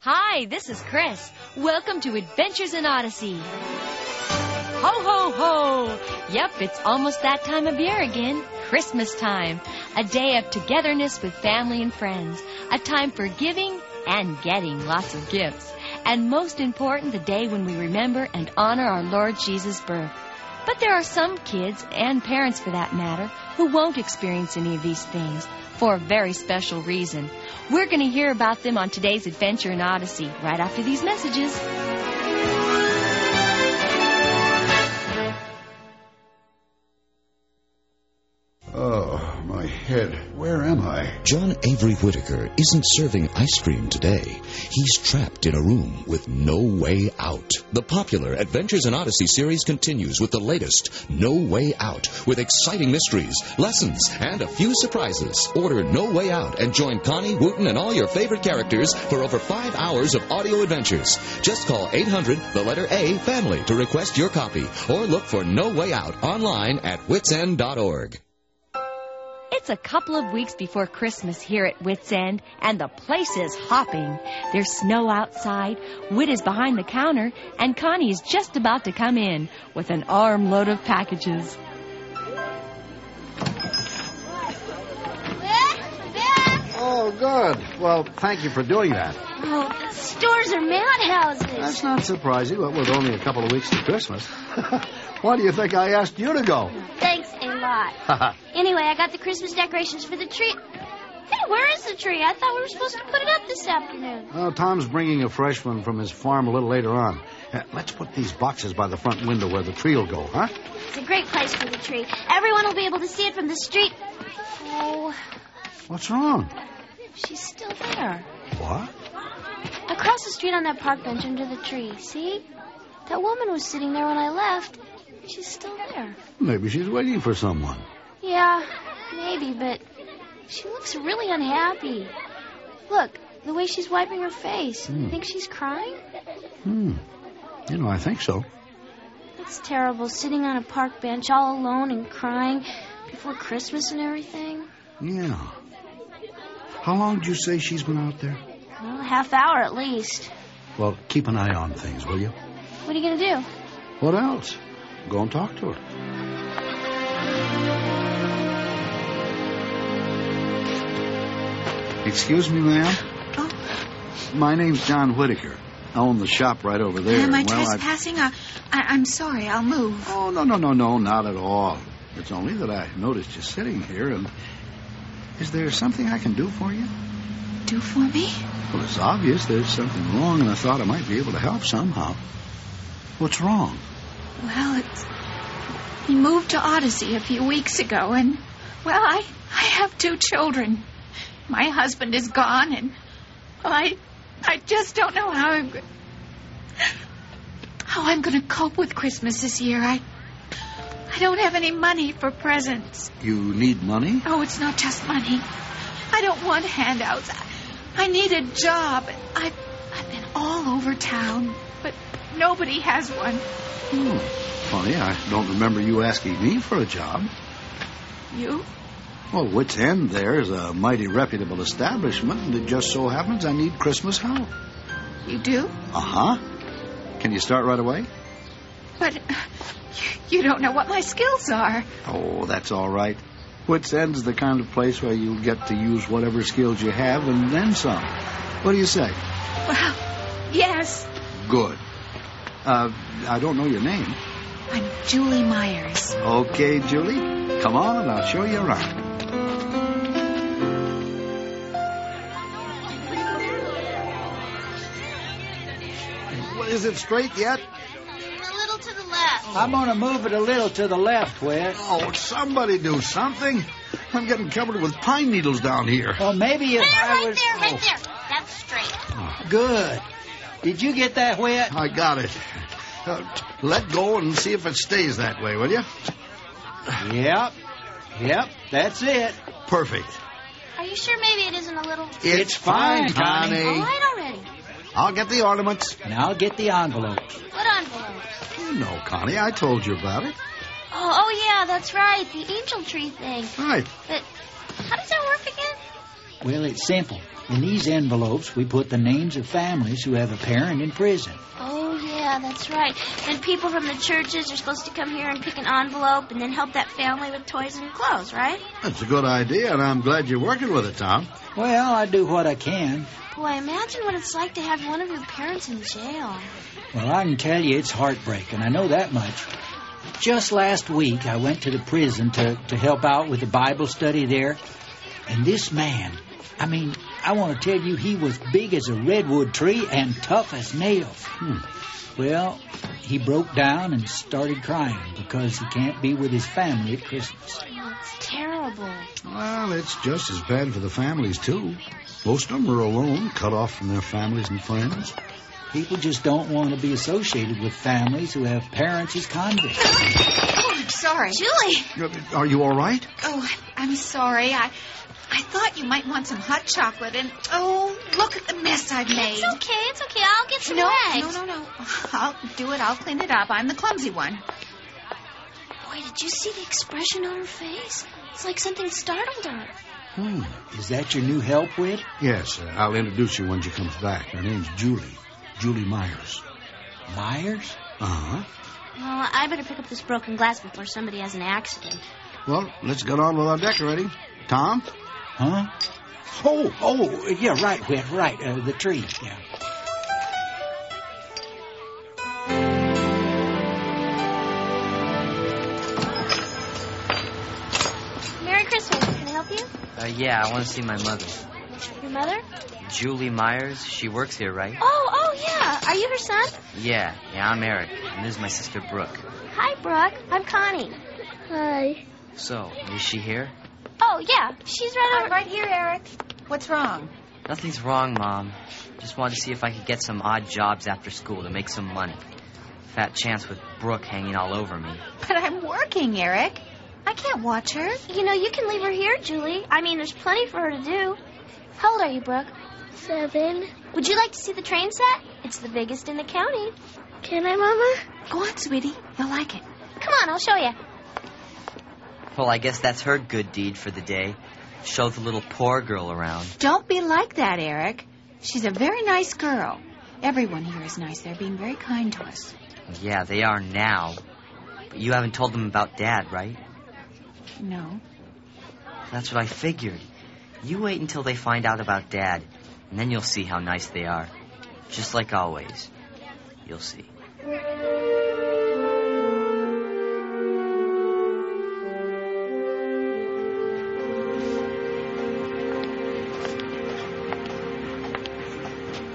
Hi, this is Chris. Welcome to Adventures in Odyssey. Ho, ho, ho! Yep, it's almost that time of year again. Christmas time. A day of togetherness with family and friends. A time for giving and getting lots of gifts. And most important, the day when we remember and honor our Lord Jesus' birth. But there are some kids, and parents for that matter, who won't experience any of these things for a very special reason. We're going to hear about them on today's Adventure in Odyssey right after these messages. Oh, my head. Where am I? John Avery Whitaker isn't serving ice cream today. He's trapped in a room with no way out. The popular Adventures in Odyssey series continues with the latest No Way Out with exciting mysteries, lessons, and a few surprises. Order No Way Out and join Connie, Wooten, and all your favorite characters for over five hours of audio adventures. Just call 800, the letter A, family to request your copy or look for No Way Out online at witsend.org. It's a couple of weeks before Christmas here at Wits End, and the place is hopping. There's snow outside, Whit is behind the counter, and Connie is just about to come in with an armload of packages. Oh, good. Well, thank you for doing that. Oh, stores are That's madhouses. not surprising, but with only a couple of weeks to Christmas. Why do you think I asked you to go? Thanks a lot. Anyway, I got the Christmas decorations for the tree. Hey, where is the tree? I thought we were supposed to put it up this afternoon. Well, Tom's bringing a fresh one from his farm a little later on. Uh, let's put these boxes by the front window where the tree'll go, huh? It's a great place for the tree. Everyone will be able to see it from the street. Oh, What's wrong? she's still there. What? Across the street on that park bench under the tree. See? That woman was sitting there when I left. She's still there. Maybe she's waiting for someone. Yeah, maybe, but she looks really unhappy. Look, the way she's wiping her face. Think she's crying? Hmm. You know, I think so. It's terrible sitting on a park bench all alone and crying before Christmas and everything. Yeah. How long did you say she's been out there? Well, a half hour at least. Well, keep an eye on things, will you? What are you going to do? What else? Go and talk to her. Excuse me, ma'am. Oh. My name's John Whitaker. I own the shop right over there. Am I and, well, I- trespassing? I... I, I'm sorry. I'll move. Oh, no, no, no, no, not at all. It's only that I noticed you sitting here, and is there something I can do for you? Do for me? Well, it's obvious there's something wrong, and I thought I might be able to help somehow. What's wrong? Well, it's. We moved to Odyssey a few weeks ago, and. Well, I, I have two children. My husband is gone, and. Well, I. I just don't know how I'm. go- How I'm going to cope with Christmas this year. I. I don't have any money for presents. You need money? Oh, it's not just money. I don't want handouts. I, I need a job. I've, I've been all over town, but nobody has one. Hmm. Funny, I don't remember you asking me for a job. You? Well, Wits End there is a mighty reputable establishment, and it just so happens I need Christmas help. You do? Uh huh. Can you start right away? But uh, you, you don't know what my skills are. Oh, that's all right. Wits End's the kind of place where you get to use whatever skills you have and then some. What do you say? Well, yes. Good. Uh, I don't know your name. I'm Julie Myers. Okay, Julie. Come on, I'll show you around. Well, Is it straight yet? A little to the left. I'm going to move it a little to the left, Whit. Oh, somebody do something. I'm getting covered with pine needles down here. Well, maybe if I was. there. That's straight. Good. Did you get that, Whit? I got it. Uh, let go and see if it stays that way, will you? Yep. Yep. That's it. Perfect. Are you sure maybe it isn't a little. It's fine, fine, Connie. All Connie. right already. I'll get the ornaments. Now get the envelope. What envelope? You know, Connie, I told you about it. Oh, oh yeah, that's right. The angel tree thing. Right. But how does that work again? Well, it's simple. In these envelopes, we put the names of families who have a parent in prison. Oh, yeah, that's right. And people from the churches are supposed to come here and pick an envelope and then help that family with toys and clothes, right? That's a good idea, and I'm glad you're working with it, Tom. Well, I do what I can. Boy, imagine what it's like to have one of your parents in jail. Well, I can tell you it's heartbreaking. I know that much. Just last week, I went to the prison to, to help out with the Bible study there. And this man, I mean, I want to tell you, he was big as a redwood tree and tough as nails. Well, he broke down and started crying because he can't be with his family at Christmas. It's terrible. Well, it's just as bad for the families, too. Most of them are alone, cut off from their families and friends. People just don't want to be associated with families who have parents as convicts. Oh, I'm sorry. Julie! Uh, Are you all right? Oh, I'm sorry. I I thought you might want some hot chocolate, and oh, look at the mess I've made. It's okay, it's okay. I'll get some No, eggs. no, no, no. I'll do it. I'll clean it up. I'm the clumsy one. Boy, did you see the expression on her face? It's like something startled her. Hmm. Is that your new help, Whit? Yes, uh, I'll introduce you when she comes back. Her name's Julie. Julie Myers. Myers? Uh-huh. Well, I better pick up this broken glass before somebody has an accident. Well, let's get on with our decorating. Tom? Huh? Oh, oh, yeah, right, Whit, right, uh, the tree, yeah. Merry Christmas. Can I help you? Uh, yeah, I want to see my mother. Your mother? Julie Myers, she works here, right? Oh, oh, yeah. Are you her son? Yeah, yeah, I'm Eric, and this is my sister Brooke. Hi, Brooke. I'm Connie. Hi. So, is she here? Oh, yeah. She's right over. right here, Eric. What's wrong? Nothing's wrong, Mom. Just wanted to see if I could get some odd jobs after school to make some money. Fat chance with Brooke hanging all over me. But I'm working, Eric. I can't watch her. You know, you can leave her here, Julie. I mean, there's plenty for her to do. How old are you, Brooke? Seven. Would you like to see the train set? It's the biggest in the county. Can I, Mama? Go on, sweetie. You'll like it. Come on, I'll show you. Well, I guess that's her good deed for the day. Show the little poor girl around. Don't be like that, Eric. She's a very nice girl. Everyone here is nice. They're being very kind to us. Yeah, they are now. But you haven't told them about Dad, right? No. That's what I figured. You wait until they find out about Dad, and then you'll see how nice they are. Just like always. You'll see.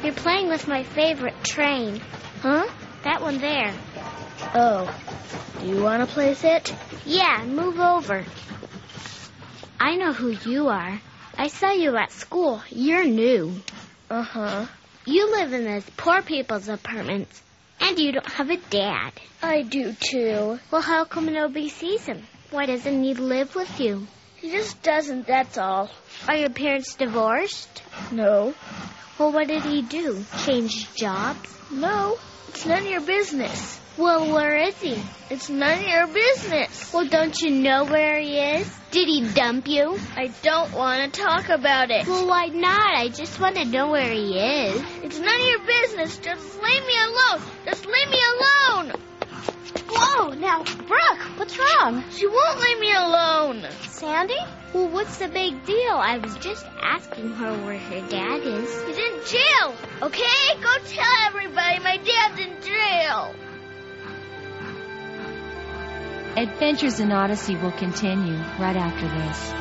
You're playing with my favorite train. Huh? That one there. Oh. Do you want to place it? Yeah, move over. I know who you are. I saw you at school. You're new. Uh huh. You live in those poor people's apartments, and you don't have a dad. I do too. Well, how come nobody sees him? Why doesn't he live with you? He just doesn't, that's all. Are your parents divorced? No. Well, what did he do? Change jobs? No. It's none of your business. Well, where is he? It's none of your business. Well, don't you know where he is? Did he dump you? I don't want to talk about it. Well, why not? I just want to know where he is. It's none of your business. Just leave me alone. Just leave me alone. Whoa, now, Brooke, what's wrong? She won't leave me alone. Sandy? Well, what's the big deal? I was just asking her where her dad is. He's in jail, okay? Go tell everybody my dad's in jail. Adventures in Odyssey will continue right after this.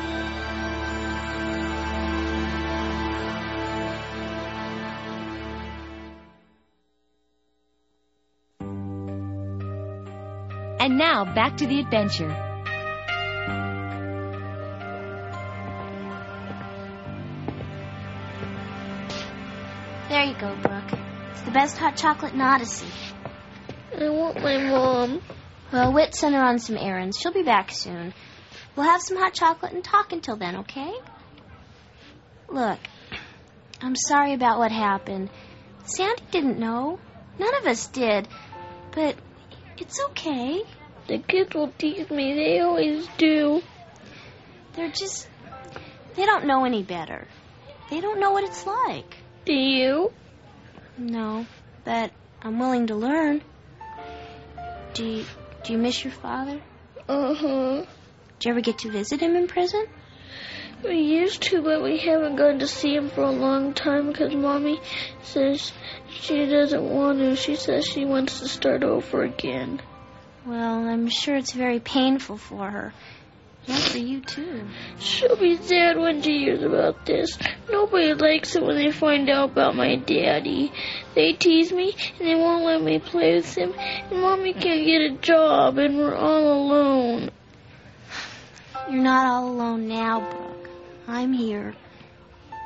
And now back to the adventure. There you go, Brooke. It's the best hot chocolate in Odyssey. I want my mom. Well, Whit sent her on some errands. She'll be back soon. We'll have some hot chocolate and talk until then, okay? Look, I'm sorry about what happened. Sandy didn't know. None of us did. But it's okay. The kids will tease me. They always do. They're just. They don't know any better. They don't know what it's like. Do you? No, but I'm willing to learn. Do you, do you miss your father? Uh huh. Do you ever get to visit him in prison? We used to, but we haven't gone to see him for a long time because mommy says she doesn't want to. She says she wants to start over again. Well, I'm sure it's very painful for her. And for you, too. She'll be sad when she hears about this. Nobody likes it when they find out about my daddy. They tease me and they won't let me play with him, and mommy can't get a job, and we're all alone. You're not all alone now, Brooke. I'm here.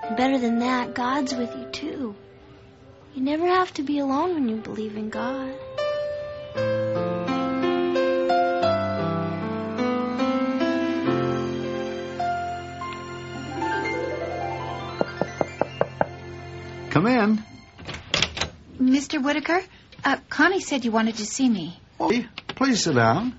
And better than that, God's with you, too. You never have to be alone when you believe in God. Come in. Mr. Whitaker, uh, Connie said you wanted to see me. Hey, please sit down.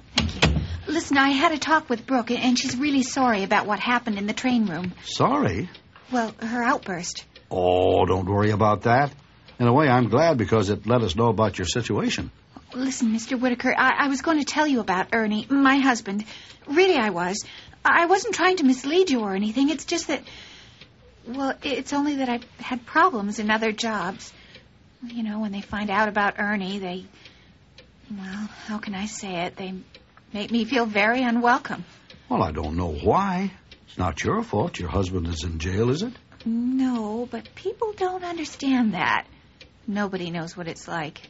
Listen, I had a talk with Brooke, and she's really sorry about what happened in the train room. Sorry. Well, her outburst. Oh, don't worry about that. In a way, I'm glad because it let us know about your situation. Listen, Mr. Whitaker, I, I was going to tell you about Ernie, my husband. Really, I was. I wasn't trying to mislead you or anything. It's just that. Well, it's only that I've had problems in other jobs. You know, when they find out about Ernie, they. Well, how can I say it? They make me feel very unwelcome. Well, I don't know why. It's not your fault. Your husband is in jail, is it? No, but people don't understand that. Nobody knows what it's like.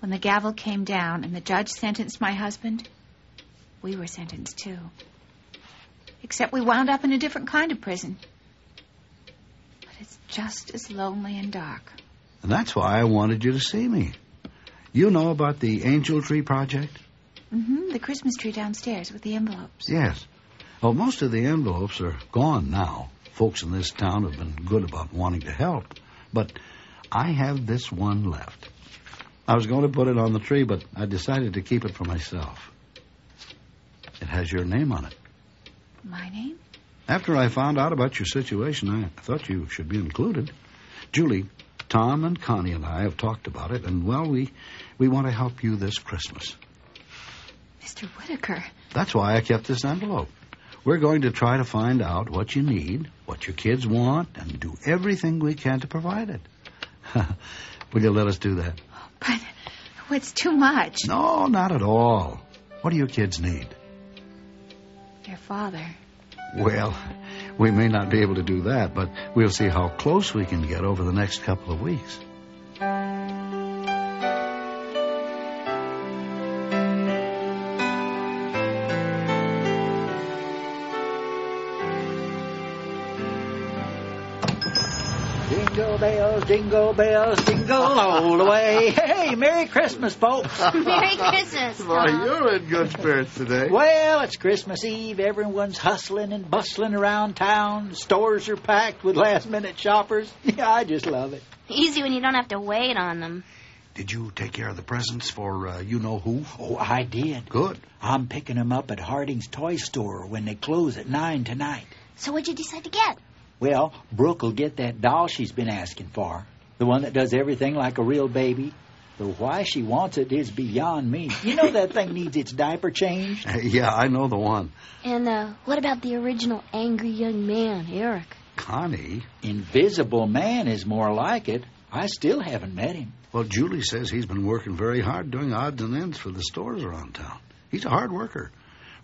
When the gavel came down and the judge sentenced my husband, we were sentenced too. Except we wound up in a different kind of prison. But it's just as lonely and dark. And that's why I wanted you to see me. You know about the Angel Tree Project? hmm The Christmas tree downstairs with the envelopes. Yes. Well, most of the envelopes are gone now. Folks in this town have been good about wanting to help. But I have this one left. I was going to put it on the tree, but I decided to keep it for myself. It has your name on it. My name? After I found out about your situation, I thought you should be included. Julie, Tom and Connie and I have talked about it, and well, we we want to help you this Christmas. Mr. Whitaker. That's why I kept this envelope. We're going to try to find out what you need, what your kids want, and do everything we can to provide it. Will you let us do that? But oh, it's too much. No, not at all. What do your kids need? Your father. Well, we may not be able to do that, but we'll see how close we can get over the next couple of weeks. Jingle bells, jingle bells, jingle all the way. Hey, Merry Christmas, folks. Merry Christmas. Boy, you're in good spirits today. Well, it's Christmas Eve. Everyone's hustling and bustling around town. Stores are packed with last minute shoppers. Yeah, I just love it. Easy when you don't have to wait on them. Did you take care of the presents for uh, you know who? Oh, I did. Good. I'm picking them up at Harding's Toy Store when they close at 9 tonight. So what'd you decide to get? Well, Brooke will get that doll she's been asking for. The one that does everything like a real baby. Though why she wants it is beyond me. You know that thing needs its diaper changed? Yeah, I know the one. And uh, what about the original angry young man, Eric? Connie? Invisible Man is more like it. I still haven't met him. Well, Julie says he's been working very hard doing odds and ends for the stores around town. He's a hard worker.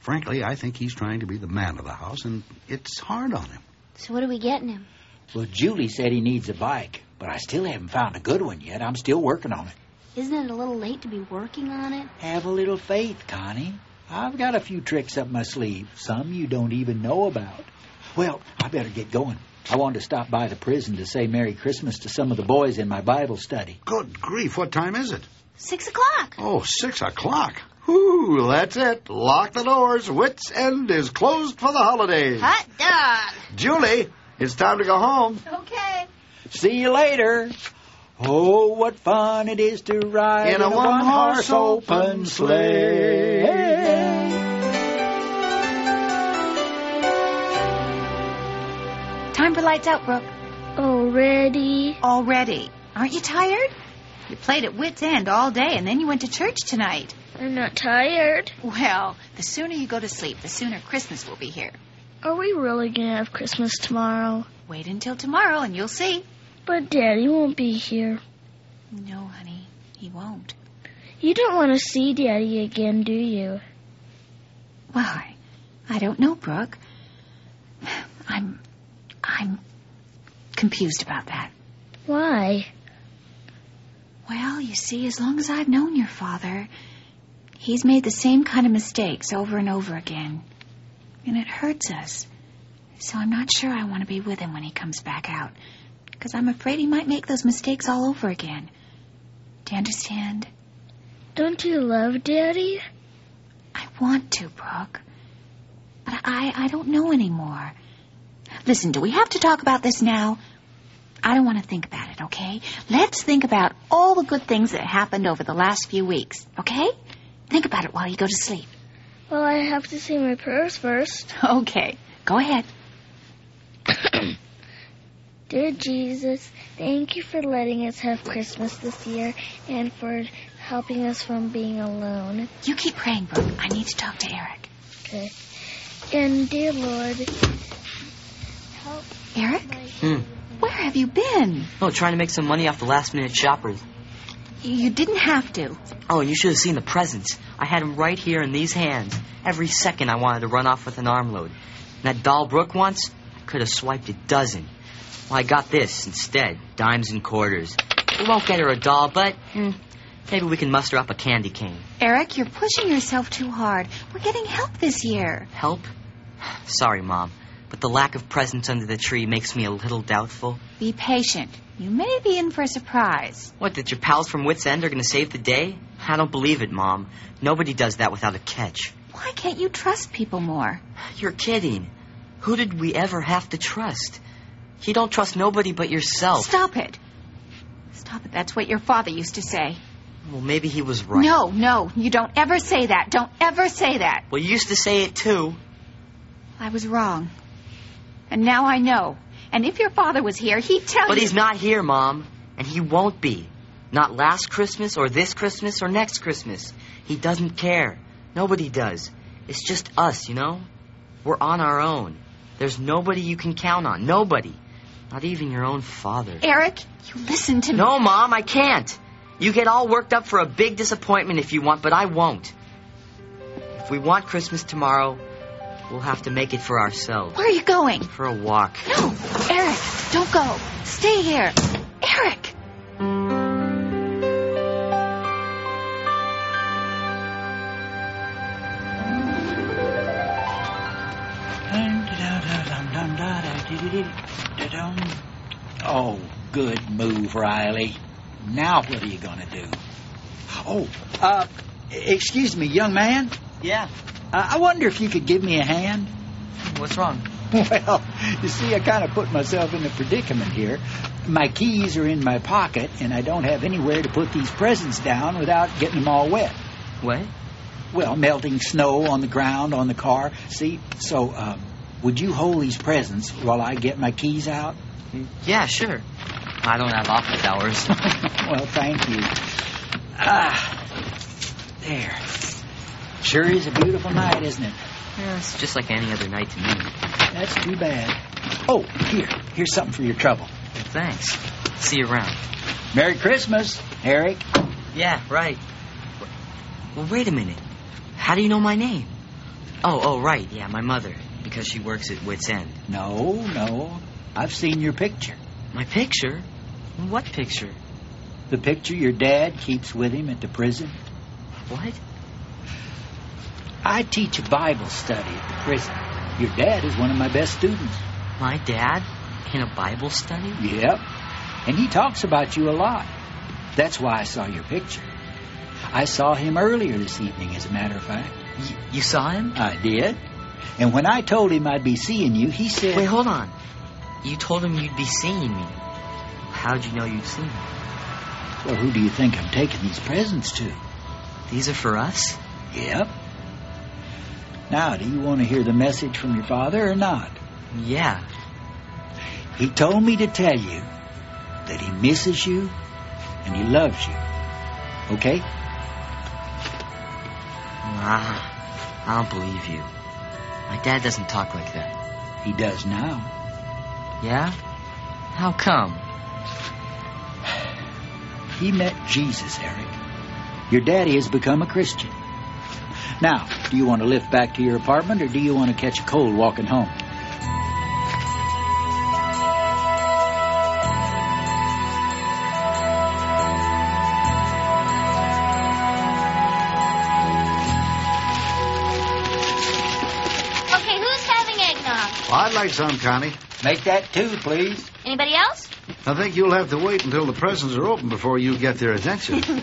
Frankly, I think he's trying to be the man of the house, and it's hard on him. So what are we getting him? Well, Julie said he needs a bike, but I still haven't found a good one yet. I'm still working on it. Isn't it a little late to be working on it? Have a little faith, Connie. I've got a few tricks up my sleeve, some you don't even know about. Well, I better get going. I wanted to stop by the prison to say Merry Christmas to some of the boys in my Bible study. Good grief, what time is it? Six o'clock. Oh, six o'clock. Whew, that's it. Lock the doors. Wits End is closed for the holidays. Hot dog. Julie, it's time to go home. Okay. See you later. Oh, what fun it is to ride In a one-horse one-horse open sleigh. Time for lights out, Brooke. Already? Already. Aren't you tired? You played at wit's end all day, and then you went to church tonight. I'm not tired. Well, the sooner you go to sleep, the sooner Christmas will be here. Are we really going to have Christmas tomorrow? Wait until tomorrow, and you'll see. But Daddy won't be here. No, honey, he won't. You don't want to see Daddy again, do you? Why? I don't know, Brooke. I'm. I'm confused about that. Why? Well, you see, as long as I've known your father, he's made the same kind of mistakes over and over again. And it hurts us. So I'm not sure I want to be with him when he comes back out. Because I'm afraid he might make those mistakes all over again. Do you understand? Don't you love Daddy? I want to, Brooke. But I, I don't know anymore. Listen, do we have to talk about this now? I don't want to think about it, okay? Let's think about all the good things that happened over the last few weeks, okay? Think about it while you go to sleep. Well, I have to say my prayers first. Okay, go ahead. Dear Jesus, thank you for letting us have Christmas this year and for helping us from being alone. You keep praying, Brooke. I need to talk to Eric. Okay. And dear Lord, help Eric? my Hmm. Where have you been? Oh, trying to make some money off the last minute shoppers. You didn't have to. Oh, you should have seen the presents. I had 'em right here in these hands. Every second I wanted to run off with an armload. And that doll Brooke wants, I could have swiped a dozen. Well, I got this instead dimes and quarters. We won't get her a doll, but hmm, maybe we can muster up a candy cane. Eric, you're pushing yourself too hard. We're getting help this year. Help? Sorry, Mom, but the lack of presents under the tree makes me a little doubtful. Be patient. You may be in for a surprise. What, that your pals from Wits End are going to save the day? I don't believe it, Mom. Nobody does that without a catch. Why can't you trust people more? You're kidding. Who did we ever have to trust? You don't trust nobody but yourself. Stop it. Stop it. That's what your father used to say. Well, maybe he was right. No, no. You don't ever say that. Don't ever say that. Well, you used to say it too. I was wrong. And now I know. And if your father was here, he'd tell But you. he's not here, Mom. And he won't be. Not last Christmas or this Christmas or next Christmas. He doesn't care. Nobody does. It's just us, you know? We're on our own. There's nobody you can count on. Nobody. Not even your own father. Eric, you listen to me. No, Mom, I can't. You get all worked up for a big disappointment if you want, but I won't. If we want Christmas tomorrow, we'll have to make it for ourselves. Where are you going? For a walk. No, Eric, don't go. Stay here. Eric! Oh, good move, Riley. Now what are you going to do? Oh, uh, excuse me, young man. Yeah, Uh, I wonder if you could give me a hand. what's wrong? Well, you see, I kind of put myself in a predicament here. My keys are in my pocket, and I don't have anywhere to put these presents down without getting them all wet. What? Well, melting snow on the ground, on the car. See, so um, would you hold these presents while I get my keys out? Yeah, sure. I don't have office hours. well, thank you. Ah, there. Sure is a beautiful night, isn't it? Yeah, it's just like any other night to me. That's too bad. Oh, here, here's something for your trouble. Thanks. See you around. Merry Christmas, Eric. Yeah, right. Well, wait a minute. How do you know my name? Oh, oh, right. Yeah, my mother, because she works at Wits End. No, no. I've seen your picture. My picture? What picture? The picture your dad keeps with him at the prison. What? I teach a Bible study at the prison. Your dad is one of my best students. My dad? In a Bible study? Yep. And he talks about you a lot. That's why I saw your picture. I saw him earlier this evening, as a matter of fact. Y- you saw him? I did. And when I told him I'd be seeing you, he said. Wait, hold on. You told him you'd be seeing me. How'd you know you'd see me? Well, who do you think I'm taking these presents to? These are for us? Yep. Now, do you want to hear the message from your father or not? Yeah. He told me to tell you that he misses you and he loves you. Okay? Ah, I don't believe you. My dad doesn't talk like that. He does now. Yeah? How come? He met Jesus, Eric. Your daddy has become a Christian. Now, do you want to lift back to your apartment or do you want to catch a cold walking home? Okay, who's having eggnog? Well, I'd like some, Connie. Make that two, please. Anybody else? I think you'll have to wait until the presents are open before you get their attention. Mom,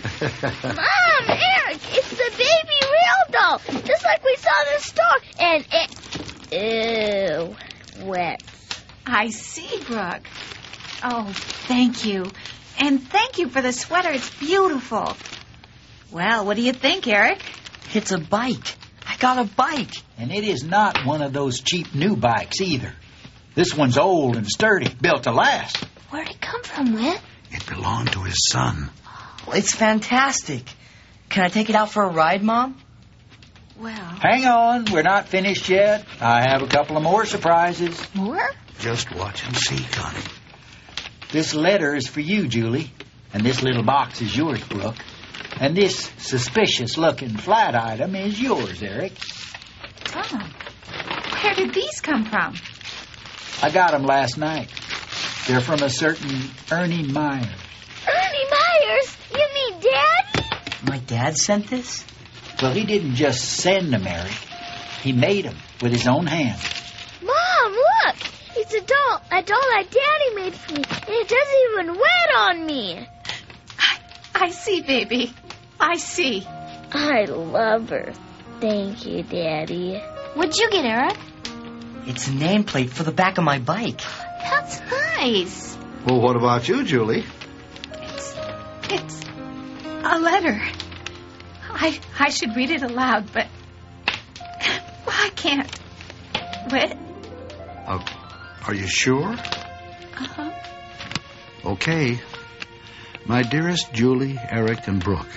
Eric, it's the baby real doll, just like we saw in the store. And it, ew, wet. I see, Brooke. Oh, thank you. And thank you for the sweater. It's beautiful. Well, what do you think, Eric? It's a bike. I got a bike. And it is not one of those cheap new bikes either. This one's old and sturdy, built to last. Where'd it come from, Whit? it belonged to his son. It's fantastic. Can I take it out for a ride, Mom? Well, Hang on, we're not finished yet. I have a couple of more surprises. more? Just watch and see, Connie. This letter is for you, Julie. And this little box is yours, Brooke. And this suspicious looking flat item is yours, Eric. Oh. Where did these come from? I got 'em last night. They're from a certain Ernie Meyer. Ernie Myers, you mean Dad? My dad sent this? Well, he didn't just send them, Eric. He made 'em with his own hands. Mom, look, it's a doll, a doll that Daddy made for me, and it doesn't even wet on me. I, I see, baby. I see. I love her. Thank you, Daddy. What'd you get, Eric? It's a nameplate for the back of my bike. That's nice. Well, what about you, Julie? It's, it's a letter. I, I should read it aloud, but well, I can't. But Uh, are you sure? uh, Okay. My dearest Julie, Eric, and Brooke,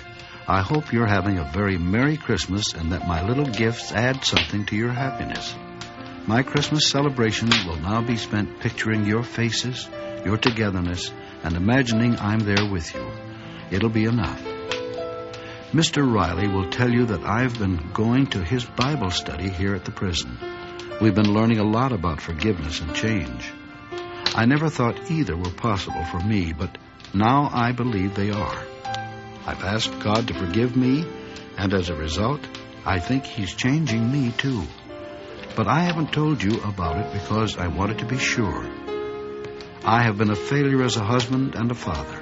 I hope you're having a very Merry Christmas and that my little gifts add something to your happiness. My Christmas celebration will now be spent picturing your faces, your togetherness, and imagining I'm there with you. It'll be enough. Mr. Riley will tell you that I've been going to his Bible study here at the prison. We've been learning a lot about forgiveness and change. I never thought either were possible for me, but now I believe they are. I've asked God to forgive me, and as a result, I think He's changing me too. But I haven't told you about it because I wanted to be sure. I have been a failure as a husband and a father.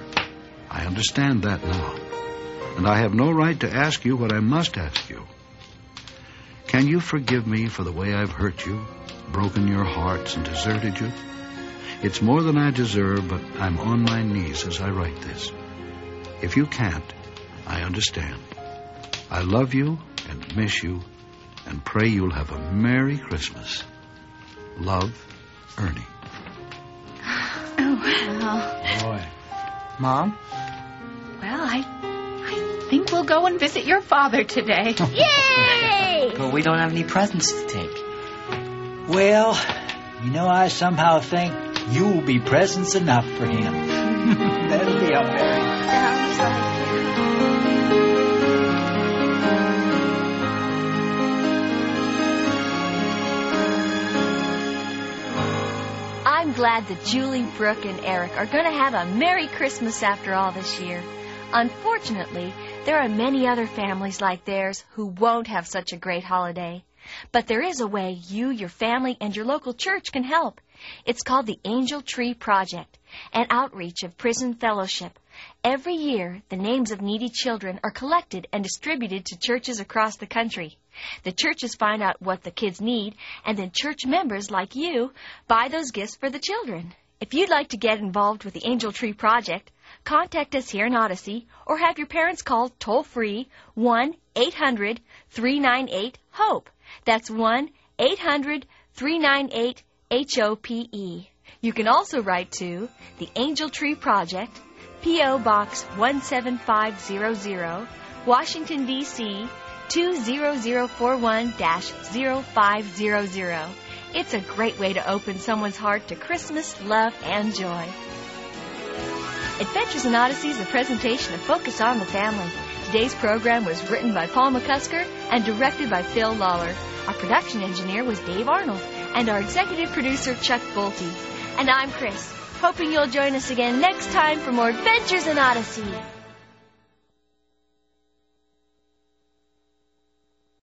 I understand that now. And I have no right to ask you what I must ask you. Can you forgive me for the way I've hurt you, broken your hearts, and deserted you? It's more than I deserve, but I'm on my knees as I write this. If you can't, I understand. I love you and miss you and pray you'll have a Merry Christmas. Love, Ernie. Boy. Mom? oh, well, I I think we'll go and visit your father today. Yay! But we don't have any presents to take. Well, you know, I somehow think you'll be presents enough for him. That'll be all right. I'm glad that Julie, Brooke, and Eric are going to have a Merry Christmas after all this year. Unfortunately, there are many other families like theirs who won't have such a great holiday. But there is a way you, your family, and your local church can help. It's called the Angel Tree Project, an outreach of prison fellowship. Every year, the names of needy children are collected and distributed to churches across the country. The churches find out what the kids need, and then church members like you buy those gifts for the children. If you'd like to get involved with the Angel Tree Project, contact us here in Odyssey or have your parents call toll free 1 800 398 E. HOPE. That's 1 800 398 HOPE. You can also write to the Angel Tree Project, P.O. Box 17500, Washington, D.C. 20041 0500. It's a great way to open someone's heart to Christmas love and joy. Adventures in Odyssey is a presentation of Focus on the Family. Today's program was written by Paul McCusker and directed by Phil Lawler. Our production engineer was Dave Arnold, and our executive producer, Chuck Bolte. And I'm Chris, hoping you'll join us again next time for more Adventures in Odyssey.